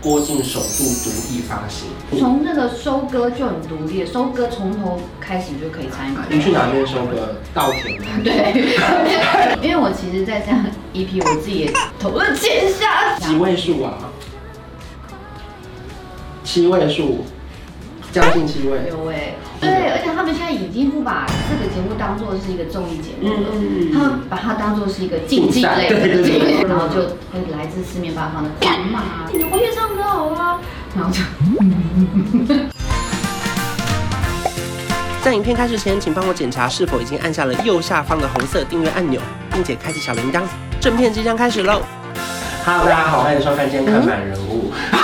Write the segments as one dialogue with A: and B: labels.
A: 郭靖首度独立发行。
B: 从那个收割就很独立了，收割从头开始就可以参与。
A: 你去哪边收割？稻田吗？
B: 对，因 为我其实，在这样 EP 我自己也投了钱下。
A: 几位数啊？七位数，将近七位。
B: 有哎，对，而且他们现在已经不把这个节目当做是一个综艺节
A: 嗯
B: 目了，他们把它当做是一个竞技类的节目，然后就会来自四面八方的狂骂，你会越唱歌好啊，然后就。
A: 在影片开始前，请帮我检查是否已经按下了右下方的红色订阅按钮，并且开启小铃铛。正片即将开始喽！Hello，大家好，欢迎收看《今天看板人物》
B: 哎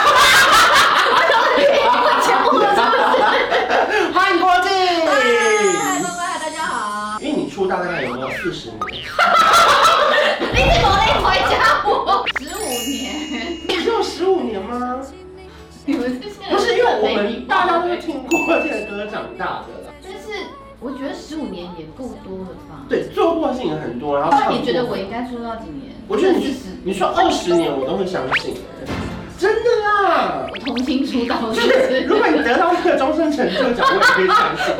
B: 全部都
A: 欢迎郭
B: 嗨，
A: 靖。
B: 乖乖，大家好。
A: 因为你出道大概有没有四十年？
B: 你怎么没回家我？十五年，
A: 你只有十五年吗？
B: 你们这些 人
A: 不是，因为我
B: 没礼
A: 们
B: 貌
A: 大家都是听郭靖的歌长大的啦。
B: 但是我觉得十五年也够多了吧？
A: 对，做过事情很多，然后
B: 那
A: 唱
B: 你觉得
A: 过
B: 我应该出道几年？
A: 我觉得你
B: 四
A: 去
B: 十，
A: 你说二十年我都会相信、欸，真的啦。
B: 童星出道
A: 就是
B: 不
A: 是如
B: 是？
A: 果你得到那个终身成就奖，我也可以相信。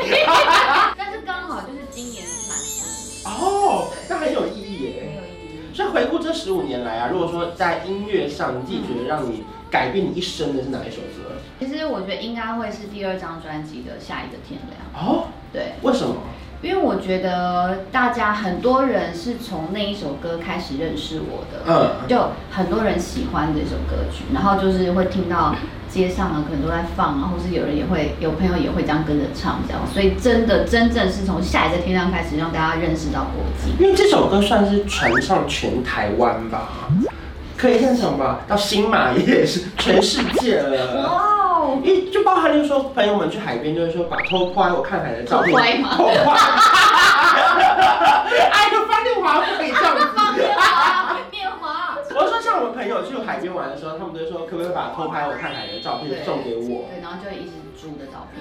B: 但是刚好就是今年是满三
A: 哦，那很有意义耶。
B: 没有意义。
A: 所以回顾这十五年来啊，如果说在音乐上，你自己觉得让你改变你一生的是哪一首歌？
B: 其实我觉得应该会是第二张专辑的《下一个天亮
A: 哦，》，
B: 对，
A: 为什么？
B: 因为我觉得大家很多人是从那一首歌开始认识我的，
A: 嗯，
B: 就很多人喜欢这首歌曲，然后就是会听到街上啊，可能都在放啊，或是有人也会有朋友也会这样跟着唱这样，所以真的真正是从下一个天亮开始，让大家认识到国际。
A: 因为这首歌算是传上全台湾吧，可以像什么到新马也是全世界了。
B: 哇哦，
A: 因为就包含就是说，朋友们去海边就会说把偷拍我看海的照片，
B: 偷拍吗
A: 偷拍 哎呦，方天华不可以这样子。
B: 放面华，面华，
A: 我说像我们朋友去海边玩的时候，他们都说可不可以把偷拍我看海的照片送给我？
B: 对，然后就一直猪的照 片，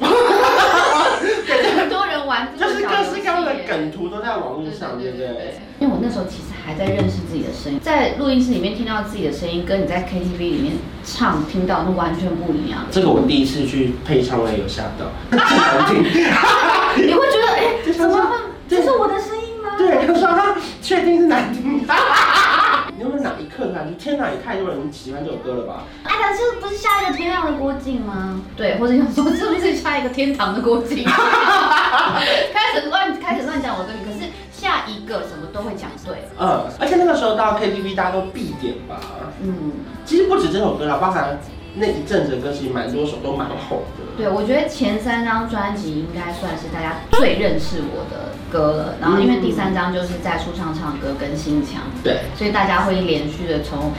B: 很多人玩这
A: 就
B: 个
A: 是
B: 小
A: 各
B: 游
A: 式
B: 戏
A: 各样的
B: 耶
A: 梗图都在网络
B: 对
A: 上，对
B: 对
A: 不
B: 对对
A: 对？
B: 因为我那时候其实还在认识自己的声音，在录音室里面听到自己的声音，跟你在 KTV 里面唱听到那完全不一 样。
A: 这个我第一次去配唱，我也有吓到， 很难听。
B: 你会觉得，哎、
A: 这
B: 怎
A: 是
B: 么办？这是我的声音吗？
A: 对，他说他确定是难听。你有没有哪一刻突然就天哪，也太多人喜欢这首歌了吧？
B: 哎呀，这不是下一个天亮的郭靖吗？对，或者想说是不是下一个天堂的郭靖？ 开始乱开始乱讲我的名，可是下一个什么都会讲对。
A: 嗯，而且那个时候到 KTV 大家都必点吧。
B: 嗯，
A: 其实不止这首歌啦，包含那一阵子的歌，其实蛮多首都蛮红的。
B: 对，我觉得前三张专辑应该算是大家最认识我的歌了。然后因为第三张就是在书上唱歌跟心墙，
A: 对，
B: 所以大家会连续的从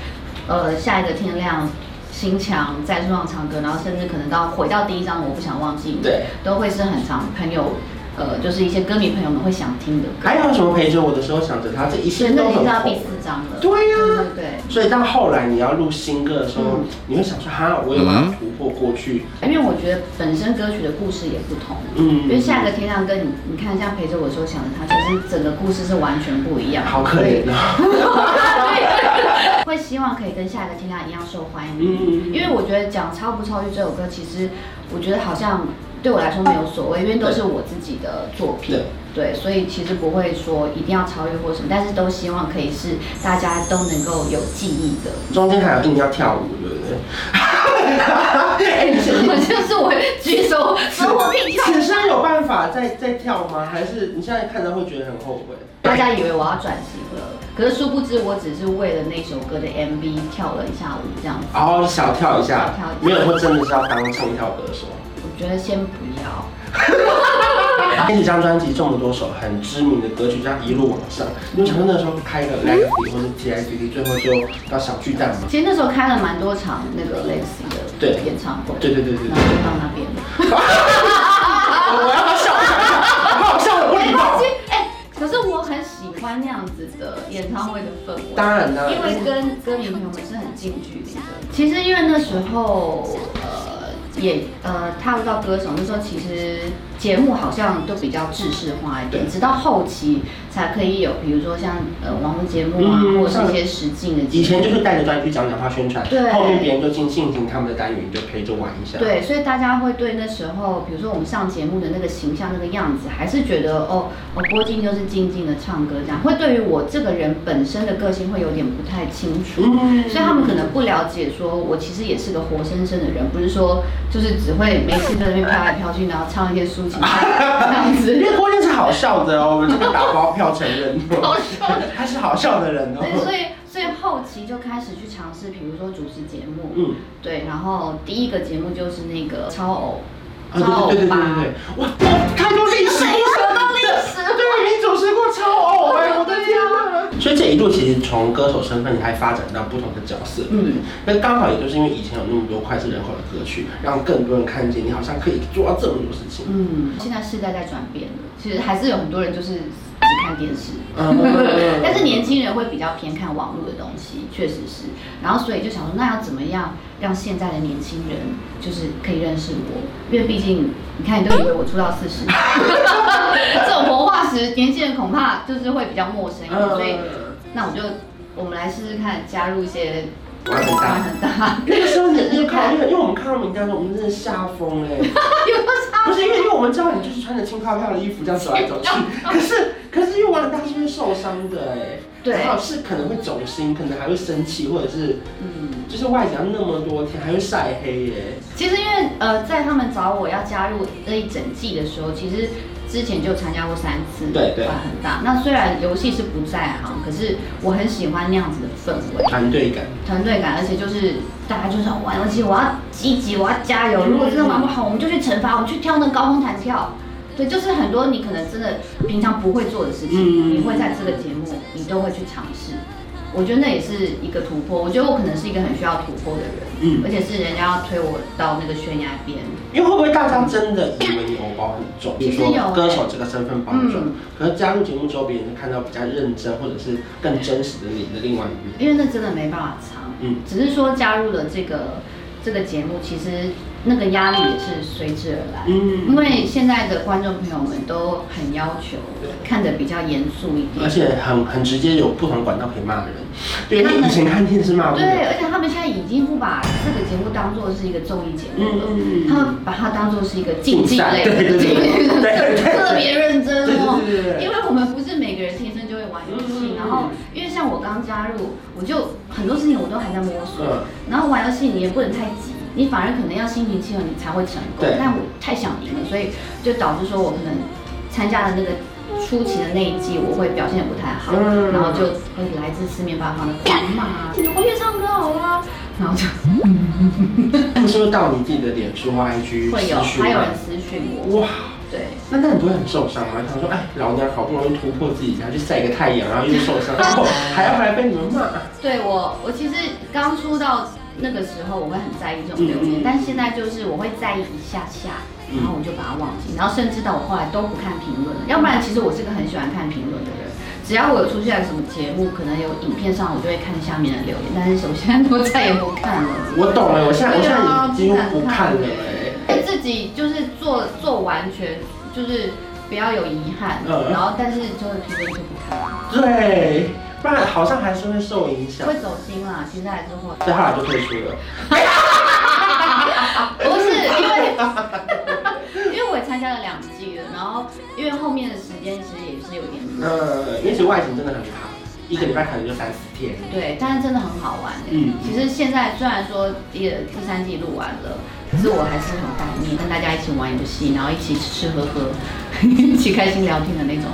B: 呃下一个天亮。心墙在树上唱歌，然后甚至可能到回到第一张，我不想忘记你，
A: 对，
B: 都会是很常朋友，呃，就是一些歌迷朋友们会想听的歌。
A: 还有什么陪着我的时候想着他，这一
B: 所
A: 切
B: 以
A: 都
B: 那已经
A: 很
B: 到第
A: 红
B: 四。张了，
A: 对呀、
B: 对对对。
A: 所以到后来你要录新歌的时候，
B: 嗯
A: 你会想说哈，我有办法突破过去？
B: 因为我觉得本身歌曲的故事也不同，
A: 嗯
B: 因为下个天亮跟你你看像陪着我的时候想的他，其实整个故事是完全不一样。
A: 好可怜啊！
B: 对， 会希望可以跟下一个天亮一样受欢迎，
A: 嗯
B: 因为我觉得讲超不超越这首歌，其实我觉得好像对我来说没有所谓，因为都是我自己的作品。对，所以其实不会说一定要超越或什么，但是都希望可以是大家都能够有记忆的。
A: 中间还有硬要跳舞，对不对？
B: 我 就是我举手 说我必跳，
A: 此生有办法再再跳吗？还是你现在看到会觉得很后悔？
B: 大家以为我要转型了，可是殊不知我只是为了那首歌的 MV 跳了一下舞这样子。
A: 然后小跳一下
B: 小跳，一下
A: 没有说真的是要当唱跳歌手。
B: 我觉得先不要，
A: 那几张专辑这么多首很知名的歌曲，这样一路往上，你有想说那时候开个 l e g a 或者 T I T T，最后就到小巨蛋吗？
B: 其实那时候开了蛮多场那个 Lexi 的
A: 对
B: 演唱会，
A: 对对对对对
B: 然后。就到那边了。
A: 我我要不要笑一下？好好笑的，不
B: 没
A: 礼
B: 关
A: 貌
B: 系。，哎，可是我很喜欢那样子的演唱会的氛围。
A: 当然当然，
B: 因为跟歌迷朋友们是很近距离的。其实因为那时候呃也呃踏入到歌手，那时候其实节目好像都比较制式化一点，直到后期才可以有，比如说像呃网络节目啊，
A: 嗯
B: 或者是一些实境的节目。
A: 以前就是带着专去讲讲话宣传，
B: 对
A: 后面别人就进进行他们的单元，你就陪着玩一下。，
B: 对，所以大家会对那时候，比如说我们上节目的那个形象、那个样子，还是觉得哦，哦，郭靖就是静静的唱歌这样，会对于我这个人本身的个性会有点不太清楚，
A: 嗯
B: 所以他们可能不了解，说我其实也是个活生生的人，不是说就是只会没事在那边飘来飘去，然后唱一些抒情歌这样
A: 因
B: 子。
A: 为郭靖是好笑的哦，我们这个打包票承认哦，
B: 好笑的
A: 他是好笑的人
B: 对，
A: 哦。
B: 所以所以后期就开始去尝试，比如说主持节目，
A: 嗯，
B: 对，然后第一个节目就是那个超偶，
A: 啊
B: 超偶
A: 对对对对对
B: 吧。
A: 对，我我看过历史，
B: 谁说到历史
A: 对，你主持过超偶哎，我的天 哪！所以这一路其实从歌手身份，你还发展到不同的角色，
B: 嗯
A: 嗯，那刚好也就是因为以前有那么多脍炙人口的歌曲，让更多人看见你好像可以做到这么多事情。
B: 嗯，现在世代在转变了，其实还是有很多人就是只看电视，
A: 嗯
B: 但是年轻人会比较偏看网络的东西，确实是。然后所以就想说，那要怎么样让现在的年轻人就是可以认识我？因为毕竟你看，你都以为我出道 四十年，这种活化石，年轻人恐怕就是会比较陌生一
A: 嗯
B: 点，所以那我就我们来试试看，加入一些
A: 玩很大
B: 玩很大，
A: 那个时候你就看，因为因为我们看到名单的时候，我们真的吓疯哎！
B: 有多少？
A: 不是因为因为我们知道你就是穿着轻飘飘的衣服这样走来走去， 可是可是因为玩很大是会受伤的哎，
B: 对
A: 然后是可能会走心，可能还会生气，或者是
B: 嗯。
A: 就是外景要那么多天，还会晒黑哎耶。
B: 其实因为呃，在他们找我要加入这一整季的时候，其实之前就参加过三次，
A: 对对
B: 玩很大。那虽然游戏是不在行，可是我很喜欢那样子的氛围。
A: 团队感，
B: 团队感，而且就是大家就是要玩，而且我要积极，我要加油。如果真的玩不好，我们就去惩罚，我们去跳那个高空弹跳。对，就是很多你可能真的平常不会做的事情，
A: 嗯
B: 你会在这个节目你都会去尝试。我觉得那也是一个突破。我觉得我可能是一个很需要突破的人，
A: 嗯
B: 而且是人家要推我到那个悬崖边。
A: 因为会不会大家真的以为你偶包很重，比
B: 其
A: 如
B: 实
A: 说
B: 有
A: 歌手这个身份包很重
B: 嗯，
A: 可是加入节目之后，别人是看到比较认真或者是更真实的你的另外一面。
B: 因为那真的没办法藏，
A: 嗯
B: 只是说加入了这个这个节目，其实那个压力也是随之而来，
A: 嗯
B: 因为现在的观众朋友们都很要求
A: 对
B: 看得比较严肃一点
A: 而，且很很直接，有不同管道可以骂人。对，
B: 他们
A: 你以前看电视骂不
B: 对，
A: 了。
B: 而且他们现在已经不把这个节目当做是一个综艺节目了，
A: 嗯嗯嗯
B: 他们把它当做是一个 竞技类的，
A: 竞赛对对对对对对对
B: 特别认真哦
A: 对对对对。对
B: 因为我们不是每个人天生就会玩游
A: 嗯，
B: 戏然后因为像我刚加入，我就很多事情我都还在摸索
A: 嗯，
B: 然后玩游戏你也不能太急。你反而可能要心平气和，你才会成功
A: 对。
B: 但我太想赢了，所以就导致说我可能参加的那个初期的那一季，我会表现的不太好，
A: 嗯
B: 然后就会来自四面八方的狂骂，你会越唱歌好吗？然后就
A: 他们是不是到你自己的脸书或 IG
B: 会有
A: 私讯
B: 还有人
A: 啊
B: 私讯我，
A: 哇，
B: 对，
A: 那那你不会很受伤吗？他说，哎，老娘好不容易突破自己，然后去晒个太阳，然后又受 伤，然后还要回来被你们骂。
B: 对我我其实刚出道那个时候我会很在意这种留
A: 嗯
B: 言，
A: 嗯
B: 但现在就是我会在意一下下，
A: 嗯
B: 然后我就把它忘记，然后甚至到我后来都不看评论了，要不然其实我是个很喜欢看评论的人。只要我有出现什么节目，可能有影片上，我就会看下面的留言。但是我现在都再也不看了。
A: 我懂了，我现在我现在已经不看了哎。
B: 哎， 自己就是做做完全就是不要有遗憾，
A: 嗯
B: 然后但是就是评论就不看了，
A: 对，不然好像还是会受影响。
B: 会走心啦，其实还是会。
A: 所以后来就退出了。
B: 不是因为，因为我 也参加了两季了，然后因为后面的时间其实也是有点忙
A: 那嗯因为其实外形真的很好，一个礼拜可能就三四天。
B: 对，但是真的很好玩欸
A: 嗯
B: 其实现在虽然说第二第三季录完了，可是我还是很怀念跟大家一起玩游戏，然后一起吃吃喝喝， 一起开心聊天的那种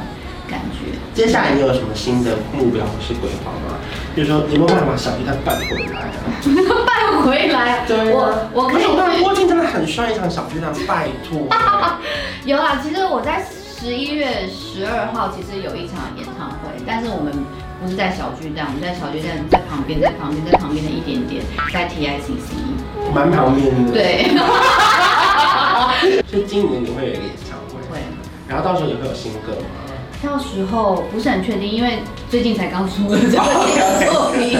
B: 感觉。
A: 接下来你有什么新的目标或是规划吗？比如说有没有办法把小巨蛋办回来啊？
B: 带回来，我我
A: 不
B: 可以
A: 是，我刚才
B: 去。
A: 郭靖真的很帅，一场小巨蛋，拜托。
B: 有啦，其实我在十一月十二号其实有一场演唱会，但是我们不是在小巨蛋，我们在小巨蛋在旁边，在旁边，在旁边的一点点，在 TICC。
A: 蛮旁边的。。
B: 对，
A: 所以今年你会有一个演唱会，
B: 会。
A: 然后到时候也会有新歌吗？
B: 到时候不是很确定，因为最近才刚出了这个新的作品，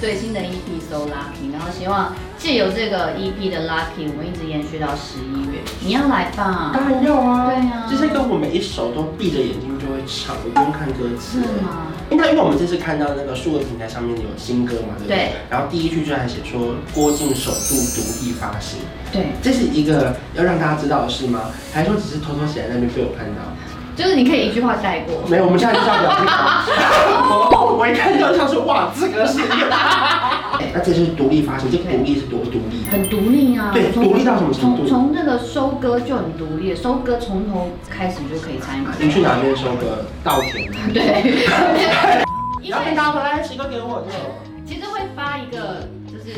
B: 对新的 EP So Lucky，然后希望借由这个 EP 的 Lucky，我们一直延续到十一月。你要来吧？
A: 当然要啊，
B: 嗯对啊
A: 这些歌我每一首都闭着眼睛就会唱，我不用看歌词。
B: 是吗？
A: 因为因为我们这次看到那个数位平台上面有新歌嘛，对不对？
B: 对
A: 然后第一句就还写说郭靖首度独立发行，
B: 对，
A: 这是一个要让大家知道的事吗？还是说只是偷偷写在那边被我看到？
B: 就是你可以一句话带过。
A: 没有，我们现在就是要聊这个。哦我一看到就想说哇，这个是一个。 那这是独立发行，这个独立是多独立？
B: 很独立啊，
A: 对
B: 从
A: 独立到什么程度
B: 从从那个收割就很独立，收割从头开始就可以参与。
A: 你去哪边收割？稻田。
B: 对，因
A: 然后跟
B: 为
A: 大家说，来，十个给我这种。
B: 其实会发一个就是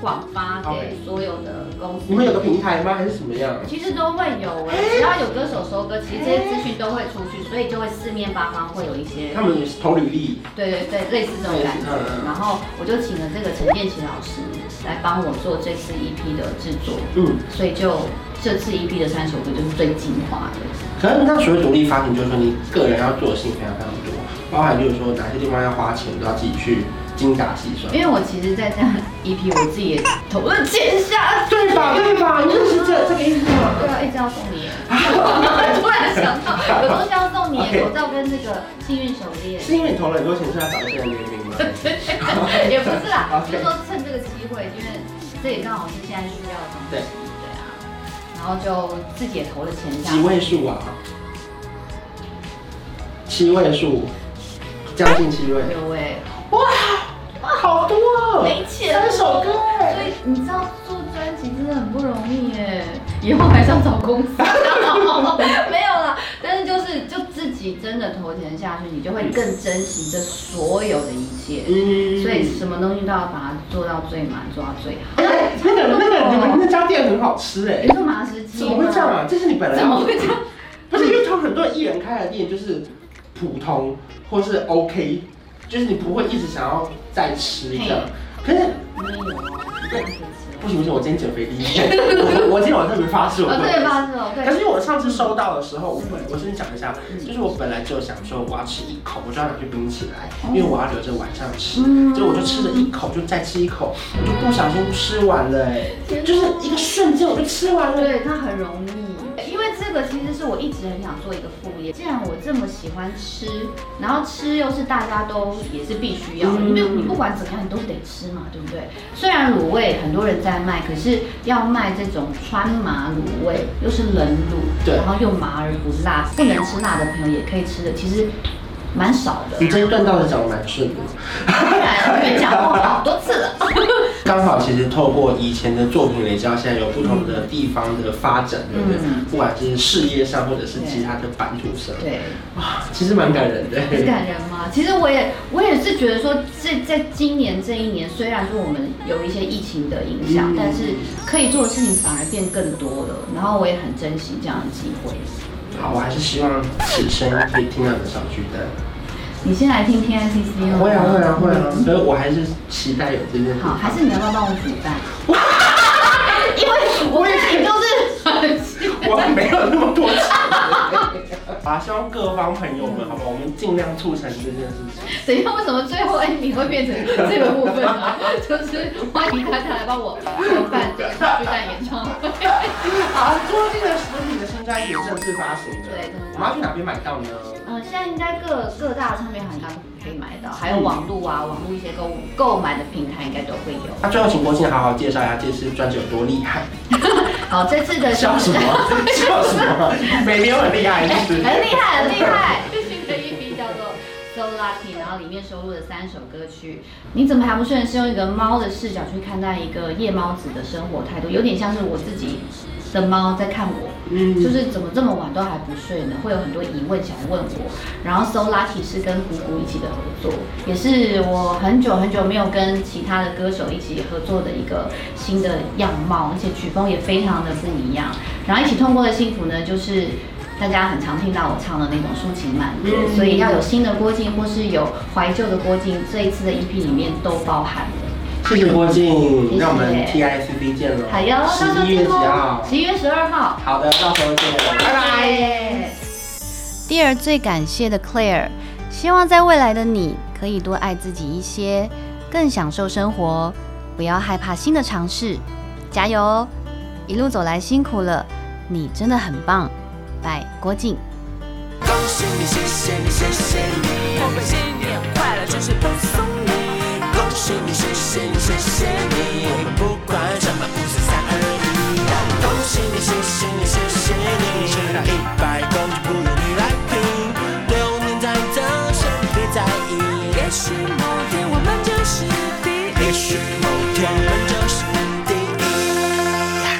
B: 广发给
A: OK
B: 所有的公司，
A: 你们有个平台吗？还是什么样？
B: 其实都会有哎，只要有歌手收割，其实这些资讯都会出去，所以就会四面八方会有一些
A: 他。们也是投履历。
B: 对对对，类似这种感觉
A: 嗯嗯。嗯
B: 然后我就请了这个陈建奇老师来帮我做这次 EP 的制作，
A: 嗯，
B: 所以就这次 EP 的三首歌就是最精华的。
A: 可能那所谓独立发行，就是说你个人要做的事情非常非常多，包含就是说哪些地方要花钱，都要自己去精打细算。
B: 因为我其实，在这样 EP，我自己也投了钱下去，
A: 对吧？对吧？你就是这这个意思
B: 对
A: 吗？
B: 啊，一直要送你耶。突然想到，有东西要送你
A: OK
B: 耶， 口罩跟那个幸运手 链，
A: 是因为你投了很多钱，所以要找一些人联名 吗？
B: 也不是 啦，
A: OK
B: 就是说趁这个机会，因为这也刚好是现在需要的东西，
A: 对
B: 对啊，然后就自己也投了钱下
A: 几
B: 去。
A: 位数啊？七位数，将近七位。
B: 有哎，
A: 哇哇，好多哦！
B: 没钱了，
A: 首歌哎
B: 所以你知道做专辑真的很不容易耶，以后还是要找 公司。没有啦，但是就是就自己真的投钱下去，你就会更珍惜这所有的一切。
A: 嗯
B: 所以什么东西都要把它做到最满，做到最好。
A: 哎，那个那个，你们那家店很好吃哎
B: 你，说马石鸡
A: 怎么会这样啊？这是你本来
B: 怎么会 这样？
A: 不是因为他们很多艺人开的店就是普通或是 OK，就是你不会一直想要再吃这样。可是
B: 没有啊，
A: 对
B: 马石鸡
A: 不行不行，我今天减肥第一天，我我今天晚上特别发誓，我不
B: 哦，
A: 能
B: 对，发誓哦，
A: 但
B: 对，嗯
A: 是因为我上次收到的时候，我本我先讲一下，就是我本来就想说我要吃一口，我就要拿去冰起来，
B: 哦
A: 因为我要留着晚上吃。
B: 嗯
A: 结果我就吃了一口，就再吃一口，我就不小心吃完了，哎，就是一个瞬间我就吃完了。
B: 对，它很容易。因为这个其实是我一直很想做一个副业，既然我这么喜欢吃，然后吃又是大家都也是必须要的，
A: 嗯
B: 因为你不管怎么样你都得吃嘛，对不对？虽然卤味很多人在卖，可是要卖这种川麻卤味，又是冷卤，
A: 对
B: 然后又麻而不辣，不能吃辣的朋友也可以吃的，其实蛮少 的。
A: 你这一段倒是讲的蛮顺的，
B: 当然，我跟你讲过好多次 了。
A: 刚好其实透过以前的作品累积，到现在有不同的地方的发展，对不对
B: 嗯？
A: 不管是事业上或者是其他的版图上，
B: 对。
A: 哇，其实蛮感人的。
B: 很感人吗？其实我也我也是觉得说，这在今年这一年，虽然说我们有一些疫情的影响，
A: 嗯
B: 但是可以做的事情反而变更多了。然后我也很珍惜这样的机会。
A: 好，我还是希望此生可以听到你的小巨蛋。
B: 你先来听听 I C C 哦。
A: 会啊会啊会啊，所以我还是期待有这件事。
B: 好，还是你要不要帮我煮 蛋？因为我自己就是 很
A: 我没有那么多钱。 啊，希望各方朋友们，好吧，我们尽量促成这件事情。
B: 等一下，为什么最后 e n d 会变成这个部分呢？就是欢迎大家来帮我筹办这个小巨蛋演唱会。
A: 好，最近啊的实体的新专辑正式发行的，
B: 对
A: 我们要去哪边买到呢？
B: 呃，现在应该各各大的唱片行应该都可以买到，还
A: 嗯
B: 有网络啊，网络一些购物购买的平台应该都会有。
A: 那最后请国庆好好介绍一下这次专辑有多厉害。
B: 好，这次的哎
A: 笑 什么？笑什么？没没有很厉害，就
B: 很
A: 是
B: 厉害，很厉 害。最新的一批叫做 So Lucky，然后里面收录了三首歌曲。你怎么还不睡？是用一个猫的视角去看待一个夜猫子的生活态度，有点像是我自己的猫在看我。
A: 嗯
B: 就是怎么这么晚都还不睡呢？会有很多疑问想问我。然后 So Lucky 是跟谷谷一起的合作，也是我很久很久没有跟其他的歌手一起合作的一个新的样貌，而且曲风也非常的不一样。然后一起通过的幸福呢，就是。大家很常听到我唱的那种抒情慢歌，
A: 嗯
B: 所以要有新的郭靖或是有怀旧的郭靖，这一次的 EP 里面都包含了。
A: 谢谢郭
B: 谢
A: 靖，
B: 谢
A: 让我们 T I C D 见喽。
B: 好哟，到时候
A: 十一月
B: 见
A: 几
B: 哦
A: 号？
B: 十一月十二号，
A: 好的，到时候见，拜拜。
B: 拜。 Dear 最感谢的 Claire，希望在未来的你可以多爱自己一些，更享受生活，不要害怕新的尝试，加油哦！一路走来辛苦了，你真的很棒。拜，郭靖。
C: 恭喜你，谢谢你，谢谢你，我们新年快乐，就是恭送你。恭喜你，谢谢你，谢谢你，我们不管什么，不是三二一。恭喜你，谢谢你，谢谢你，一百公斤不用你来拼，流年再长，先别在意。也许某天我们就是第一，也许某